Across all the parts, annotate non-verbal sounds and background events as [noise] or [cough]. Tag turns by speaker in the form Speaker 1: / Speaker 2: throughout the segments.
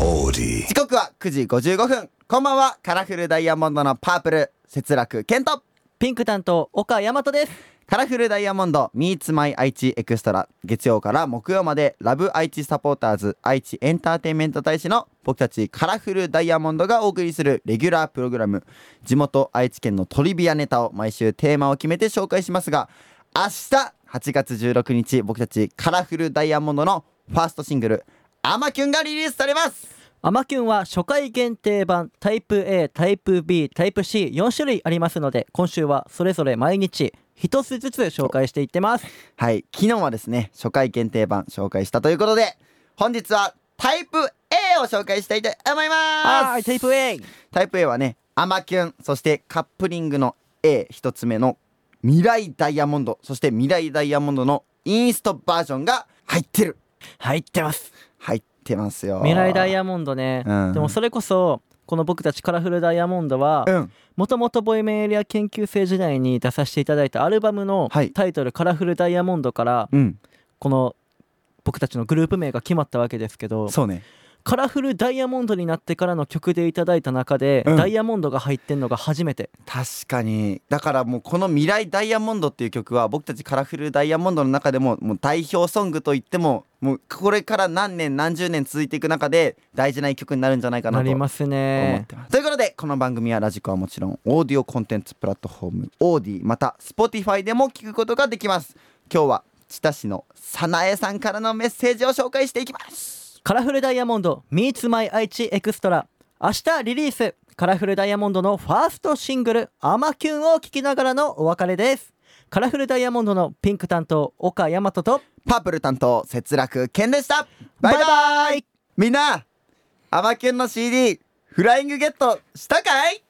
Speaker 1: オーディ
Speaker 2: 時刻は9時55分こんばんはカラフルダイヤモンドのパープル節楽健と
Speaker 3: ピンク担当岡大和です
Speaker 2: カラフルダイヤモンド Meets My 愛知エクストラ月曜から木曜までラブ愛知サポーターズ愛知エンターテインメント大使の僕たちカラフルダイヤモンドがお送りするレギュラープログラム地元愛知県のトリビアネタを毎週テーマを決めて紹介しますが明日8月16日僕たちカラフルダイヤモンドのファーストシングル「アマキュン」がリリースされます
Speaker 3: アマキュンは初回限定版タイプ A タイプ B タイプ C4 種類ありますので今週はそれぞれ毎日一つずつ紹介していってます
Speaker 2: はい、昨日はですね、初回限定版紹介したということで、本日はタイプ A を紹介したいと思いま
Speaker 3: は
Speaker 2: す
Speaker 3: いタイプ A
Speaker 2: タイプ A はね、アマキュン、そしてカップリングの A、一つ目の未来ダイヤモンド、そして未来ダイヤモンドのインストバージョンが入ってる
Speaker 3: 入ってます
Speaker 2: 入ってますよ。
Speaker 3: 未来ダイヤモンドね、
Speaker 2: うん
Speaker 3: でもそれこそこの僕たちカラフルダイヤモンドは
Speaker 2: うん。
Speaker 3: もともとボイメンエリア研究生時代に出させていただいたアルバムの
Speaker 2: はい
Speaker 3: タイトル「カラフルダイヤモンド」から
Speaker 2: うん。
Speaker 3: この僕たちのグループ名が決まったわけですけど
Speaker 2: そうね。
Speaker 3: カラフルダイヤモンドになってからの曲でいただいた中で、
Speaker 2: うん
Speaker 3: ダイヤモンドが入ってんのが初めて
Speaker 2: 確かにだからもうこの「未来ダイヤモンド」っていう曲は僕たちカラフルダイヤモンドの中でももう代表ソングといってももうこれから何年何十年続いていく中で大事な一曲になるんじゃないかな
Speaker 3: な
Speaker 2: と
Speaker 3: り
Speaker 2: 思っ
Speaker 3: ますね
Speaker 2: てます。ということでこの番組はラジコはもちろんオーディオコンテンツプラットフォームオーディまた Spotify でも聞くことができます。今日は知多市のさなえさんからのメッセージを紹介していきます。
Speaker 3: カラフルダイヤモンド Meets My 愛知エクストラ明日リリースカラフルダイヤモンドのファーストシングル「アマキュン」を聴きながらのお別れですカラフルダイヤモンドのピンク担当岡大和と
Speaker 2: パープル担当節楽健でした。バイバイ
Speaker 3: バイ
Speaker 2: みんな、アマキュンの CD、フライングゲットしたかい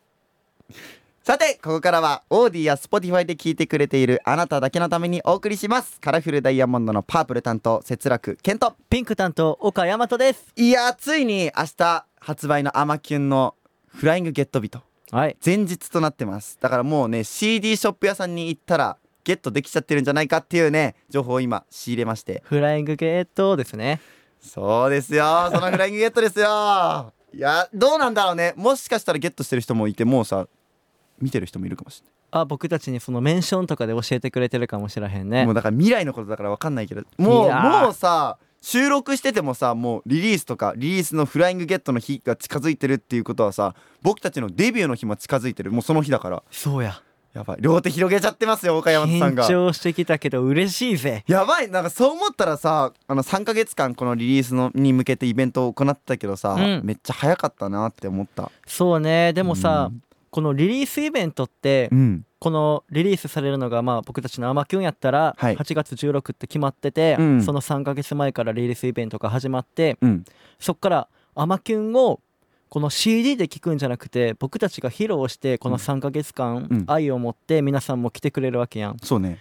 Speaker 2: さて、ここからは、オーディや Spotify で聞いてくれているあなただけのためにお送りします。カラフルダイヤモンドのパープル担当、節楽健人。
Speaker 3: ピンク担当岡大和です
Speaker 2: いやー、ついに明日発売のアマキュンのフライングゲット日と、
Speaker 3: はい
Speaker 2: 前日となってます。だからもうね、CD ショップ屋さんに行ったら、ゲットできちゃってるんじゃないかっていうね、情報を今仕入れまして。
Speaker 3: フライングゲートですね
Speaker 2: そうですよそのフライングゲットですよいやどうなんだろうねもしかしたらゲットしてる人もいてもうさ見てる人もいるかもしれ
Speaker 3: あ僕たちにそのメンションとかで教えてくれてるかもしれへん
Speaker 2: ない
Speaker 3: ね
Speaker 2: もうだから未来のことだから分かんないけどもう
Speaker 3: いやー
Speaker 2: もうさ収録しててもさもうリリースとかリリースのフライングゲットの日が近づいてるっていうことはさ僕たちのデビューの日も近づいてるもうその日だから
Speaker 3: そうや
Speaker 2: やばい両手広げちゃってますよ岡山さん
Speaker 3: 緊
Speaker 2: が
Speaker 3: 張してきたけど嬉しいぜ
Speaker 2: やばいなんかそう思ったらさあの3ヶ月間このリリースのに向けてイベントを行ってたけどさ、
Speaker 3: うん
Speaker 2: めっちゃ早かったなって思った
Speaker 3: そうねでもさ、
Speaker 2: うん
Speaker 3: このリリースイベントって、
Speaker 2: うん
Speaker 3: このリリースされるのがまあ僕たちの「アマキュン」やったら
Speaker 2: はい
Speaker 3: 8月16って決まってて、
Speaker 2: うん
Speaker 3: その3ヶ月前からリリースイベントが始まって
Speaker 2: うん、
Speaker 3: そっから「アマキュン」をこの CD で聴くんじゃなくて僕たちが披露してこの3ヶ月間
Speaker 2: うん
Speaker 3: 愛を持って皆さんも来てくれるわけやん。
Speaker 2: そうね。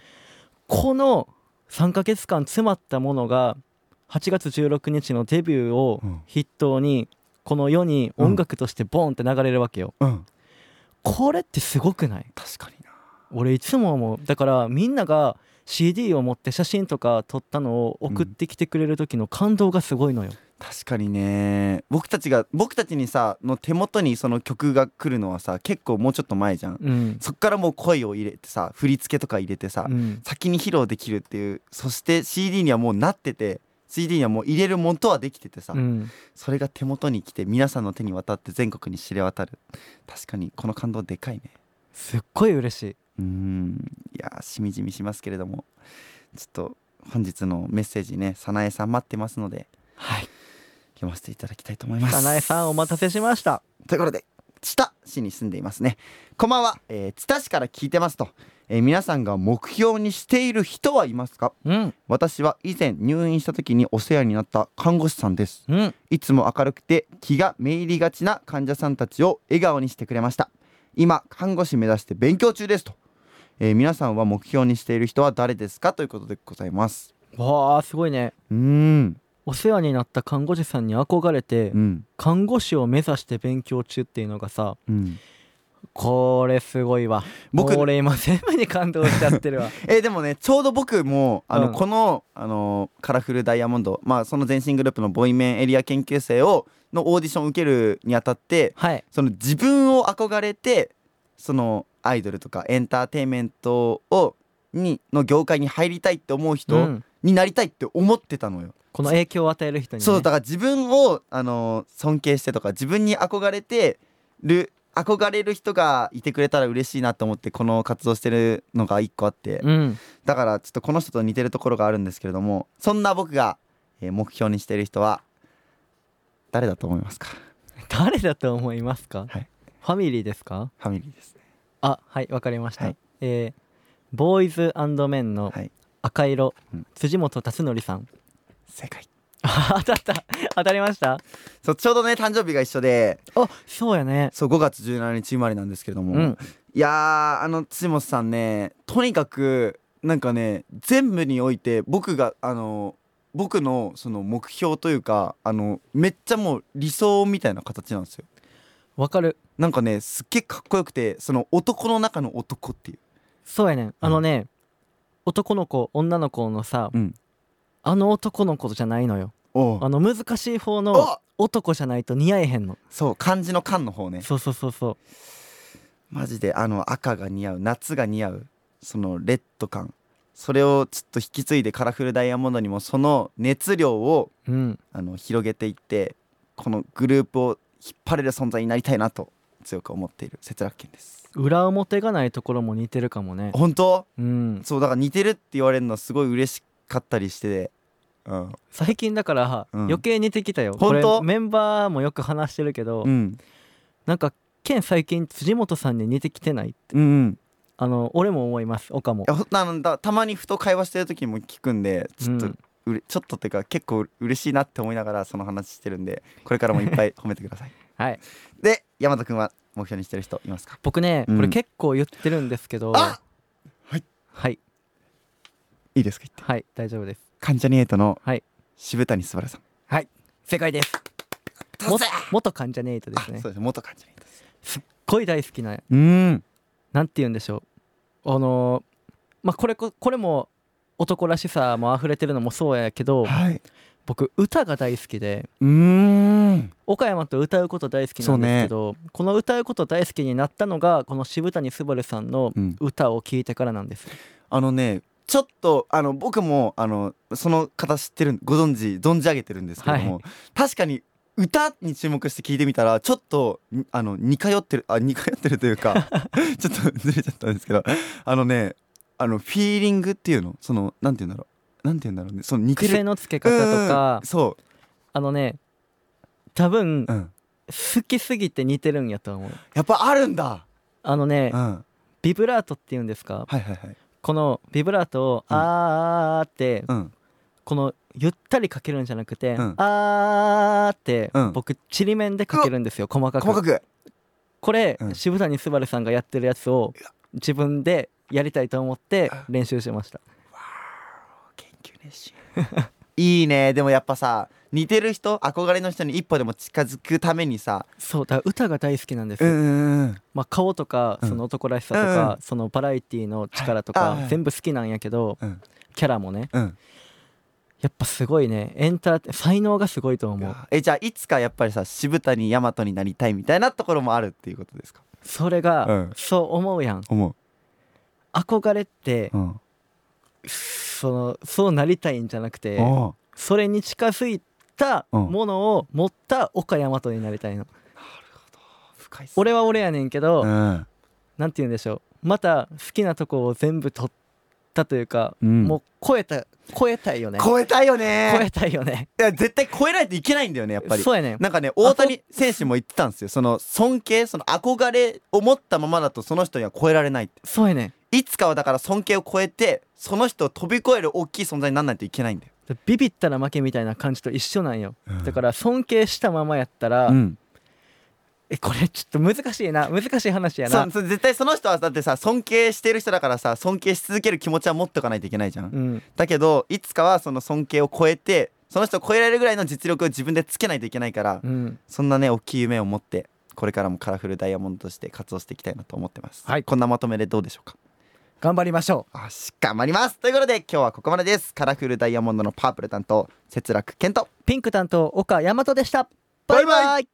Speaker 3: この3ヶ月間詰まったものが8月16日のデビューを
Speaker 2: うん
Speaker 3: 筆頭にこの世に音楽としてボンって流れるわけよ。
Speaker 2: うん、
Speaker 3: これってすごくない
Speaker 2: 確かにな。
Speaker 3: 俺いつも思うだからみんなが CD を持って写真とか撮ったのを送ってきてくれる時の感動がすごいのよ、
Speaker 2: 確かにね。僕たちが僕たちにさの手元にその曲が来るのはさ結構もうちょっと前じゃん。
Speaker 3: うん
Speaker 2: そっからもう声を入れてさ振り付けとか入れてさ、
Speaker 3: うん
Speaker 2: 先に披露できるっていうそして CD にはもうなってて CD にはもう入れるもんとはできててさ、
Speaker 3: うん
Speaker 2: それが手元に来て皆さんの手に渡って全国に知れ渡る確かにこの感動でかいね。
Speaker 3: すっごい嬉しい、
Speaker 2: うーんいやーしみじみしますけれどもちょっと本日のメッセージね早苗さん待ってますので
Speaker 3: はい、
Speaker 2: 読ませていただきたいと思います
Speaker 3: 早苗さんお待たせしました
Speaker 2: ということで知多市に住んでいますねこんばんは、えー、知多市から聞いてますと、えー皆さんが目標にしている人はいますか
Speaker 3: うん
Speaker 2: 私は以前入院した時にお世話になった看護師さんです
Speaker 3: うん
Speaker 2: いつも明るくて気がめいりがちな患者さんたちを笑顔にしてくれました今看護師目指して勉強中ですと、えー皆さんは目標にしている人は誰ですかということでございます
Speaker 3: わあすごいね
Speaker 2: うーん
Speaker 3: お世話になった看護師さんに憧れて
Speaker 2: うん
Speaker 3: 看護師を目指して勉強中っていうのがさ
Speaker 2: うん
Speaker 3: これすごいわ
Speaker 2: 僕
Speaker 3: これ今全部に感動しちゃってるわ
Speaker 2: えーでもねちょうど僕もあの、
Speaker 3: うん
Speaker 2: この、あのーカラフルダイヤモンド」まあ、その前身グループのボイメンエリア研究生をのオーディションを受けるにあたって
Speaker 3: [laughs] はい
Speaker 2: その自分を憧れてそのアイドルとかエンターテインメントをにの業界に入りたいって思う
Speaker 3: う
Speaker 2: 人
Speaker 3: ん
Speaker 2: になりたいって思ってたのよ。
Speaker 3: この影響を与える人に、ね、
Speaker 2: そうだから自分を、あのー尊敬してとか自分に憧れてる憧れる人がいてくれたら嬉しいなと思ってこの活動してるのが一個あって、
Speaker 3: うん
Speaker 2: だからちょっとこの人と似てるところがあるんですけれどもそんな僕がえー目標にしてる人は誰だと思いますか
Speaker 3: 誰だと思いますか、
Speaker 2: はい
Speaker 3: ファミリーですか
Speaker 2: ファミリーですね
Speaker 3: あはいわかりました、
Speaker 2: はい
Speaker 3: えーボーイズメンの
Speaker 2: はい
Speaker 3: 赤色、
Speaker 2: うん
Speaker 3: 辻本辰徳さん [laughs]
Speaker 2: 正解
Speaker 3: あ当たった当たりました
Speaker 2: そうちょうどね誕生日が一緒で
Speaker 3: あそうやね
Speaker 2: そう5月17日生まれなんですけれども、
Speaker 3: うん
Speaker 2: いやーあの辻本さんねとにかくなんかね全部において僕があの僕のその目標というかあのめっちゃもう理想みたいな形なんですよ
Speaker 3: わかる
Speaker 2: なんかねすっげえかっこよくてその男の中の男っていう
Speaker 3: そうやねんあのね、男の子女の子のさ、
Speaker 2: うん
Speaker 3: あの男の子じゃないのよ
Speaker 2: お
Speaker 3: あの難しい方の
Speaker 2: お
Speaker 3: 男じゃないと似合えへんの
Speaker 2: そう漢字の漢の方ね
Speaker 3: そうそうそうそう
Speaker 2: マジであの赤が似合う夏が似合うそのレッド感それをちょっと引き継いでカラフルダイヤモンドにもその熱量を
Speaker 3: うん
Speaker 2: あの広げていってこのグループを引っ張れる存在になりたいなと強く思っている節楽健です
Speaker 3: 裏表がないところも似てるかもね
Speaker 2: 本当
Speaker 3: うん
Speaker 2: そうだから似てるって言われるのはすごい嬉しかったりしてうん、
Speaker 3: 最近だから
Speaker 2: うん
Speaker 3: 余計似てきたよ、
Speaker 2: ほんと
Speaker 3: これメンバーもよく話してるけど、
Speaker 2: うん、
Speaker 3: なんかケン最近辻元さんに似てきてない
Speaker 2: うんうん
Speaker 3: あの俺も思います岡
Speaker 2: い
Speaker 3: も
Speaker 2: やほんとあのだたまにふと会話してる時も聞くんでちょっと、
Speaker 3: う
Speaker 2: うんれちょっとっていうか結構嬉しいなって思いながらその話してるんでこれからもいっ [laughs] ぱい褒めてください
Speaker 3: はい
Speaker 2: で山田君は目標にしてる人いますか
Speaker 3: 僕ね
Speaker 2: うん
Speaker 3: これ結構言ってるんですけど、
Speaker 2: あはい
Speaker 3: はい
Speaker 2: いいですか言って
Speaker 3: はい大丈夫です
Speaker 2: 関ジャニエイトの
Speaker 3: はい
Speaker 2: 渋谷すばらさん
Speaker 3: 正解です
Speaker 2: も
Speaker 3: も元関ジャネイトで
Speaker 2: あ
Speaker 3: す
Speaker 2: そう
Speaker 3: ね
Speaker 2: です元関ジャニエイトです
Speaker 3: 恋大好きな
Speaker 2: うーん
Speaker 3: なんて言うんでしょうあのーまあこれここれも男らしさも溢れてるのもそうやけど
Speaker 2: はい
Speaker 3: 僕歌が大好きで
Speaker 2: うーん
Speaker 3: 岡山と歌うこと大好きなんですけど、この歌うこと大好きになったのがこの渋谷昴さんの
Speaker 2: うん
Speaker 3: 歌を聴いてからなんです、
Speaker 2: あのねちょっとあの僕もあのその方知ってるご存知存じ上げてるんですけれども、
Speaker 3: は
Speaker 2: 確かに歌に注目して聞いてみたらちょっとにあの似通ってるあ似通ってるという
Speaker 3: [laughs]
Speaker 2: かちょっとずれちゃったんですけどあのねあのフィーリングっていうのそのなんて言うんだろうなんて言うんだろうねその似て
Speaker 3: 癖
Speaker 2: る
Speaker 3: のつけ方と
Speaker 2: うんう
Speaker 3: か
Speaker 2: ん、そ
Speaker 3: あのね多分
Speaker 2: う、うん、
Speaker 3: 好きすぎて似てるんやと思う
Speaker 2: やっぱあるんだ、
Speaker 3: あのね
Speaker 2: うん、は
Speaker 3: ビブラートっていうんですか
Speaker 2: いはいはい、
Speaker 3: このビブラートを「
Speaker 2: うん
Speaker 3: あー」って、
Speaker 2: うん、
Speaker 3: このゆったりかけるんじゃなくて「
Speaker 2: うん
Speaker 3: あー」って、
Speaker 2: うん
Speaker 3: 僕ちりめんでかけるんですよ細かく
Speaker 2: 細かく
Speaker 3: これ、
Speaker 2: うん
Speaker 3: 渋谷昴さんがやってるやつを自分でやりたいと思って練習しました
Speaker 2: 研究熱心いいねでもやっぱさ似てる人憧れの人に一歩でも近づくためにさ
Speaker 3: そうだから歌が大好きなんです
Speaker 2: う
Speaker 3: よ、
Speaker 2: んうんうん
Speaker 3: まあ、顔とか
Speaker 2: うん
Speaker 3: その男らしさと
Speaker 2: うん
Speaker 3: か
Speaker 2: う、
Speaker 3: そのバラエティの力と
Speaker 2: はい
Speaker 3: か
Speaker 2: あ
Speaker 3: 全部好きなんやけど、
Speaker 2: うん
Speaker 3: キャラもね
Speaker 2: うん
Speaker 3: やっぱすごいねエンターテ才能がすごいと思う
Speaker 2: えじゃあいつかやっぱりさ渋谷大和になりたいみたいなところもあるっていうことですか
Speaker 3: それが、
Speaker 2: うん
Speaker 3: そう思うやん
Speaker 2: 思
Speaker 3: 憧れって
Speaker 2: う、うん
Speaker 3: そのそうなりたいんじゃなくて
Speaker 2: おう
Speaker 3: それに近づいた
Speaker 2: うん
Speaker 3: ものを持った岡大和になりたいの
Speaker 2: 深いっす
Speaker 3: 俺は俺やねんけど、
Speaker 2: うん、
Speaker 3: なんて言うんでしょうまた好きなとこを全部取ったというか、
Speaker 2: うん
Speaker 3: もう超えた超えたいよね
Speaker 2: 超えたいよ
Speaker 3: 超え
Speaker 2: ね
Speaker 3: たいよね
Speaker 2: いや絶対超えないといけないんだよねやっぱり
Speaker 3: そうやねん
Speaker 2: なんかね大谷選手も言ってたんですよその尊敬その憧れを持ったままだとその人には超えられないって
Speaker 3: そうやねん
Speaker 2: いつかはだから尊敬を超えてその人を飛び越える大きい存在にならないといけないんだよ
Speaker 3: ビビったら負けみたいな感じと一緒なんよ、
Speaker 2: うん
Speaker 3: だから尊敬したままやったら、
Speaker 2: うん、
Speaker 3: えこれちょっと難しいな難しい話や
Speaker 2: そ
Speaker 3: な
Speaker 2: うそう絶対その人はだってさ尊敬してる人だからさ尊敬し続ける気持ちは持っておかないといけないじゃん、
Speaker 3: うん
Speaker 2: だけどいつかはその尊敬を超えてその人を超えられるぐらいの実力を自分でつけないといけないから、
Speaker 3: うん
Speaker 2: そんなね大きい夢を持ってこれからもカラフルダイヤモンドとして活動していきたいなと思ってます。
Speaker 1: はい
Speaker 2: こんなまとめでどうでしょうか。
Speaker 1: 頑張りましょ
Speaker 2: よし頑張りますということで今日はここまでです。カラフルダイヤモンドのパープル担当節楽健と
Speaker 3: ピンク担当岡大和でした
Speaker 2: バイバイ
Speaker 3: イ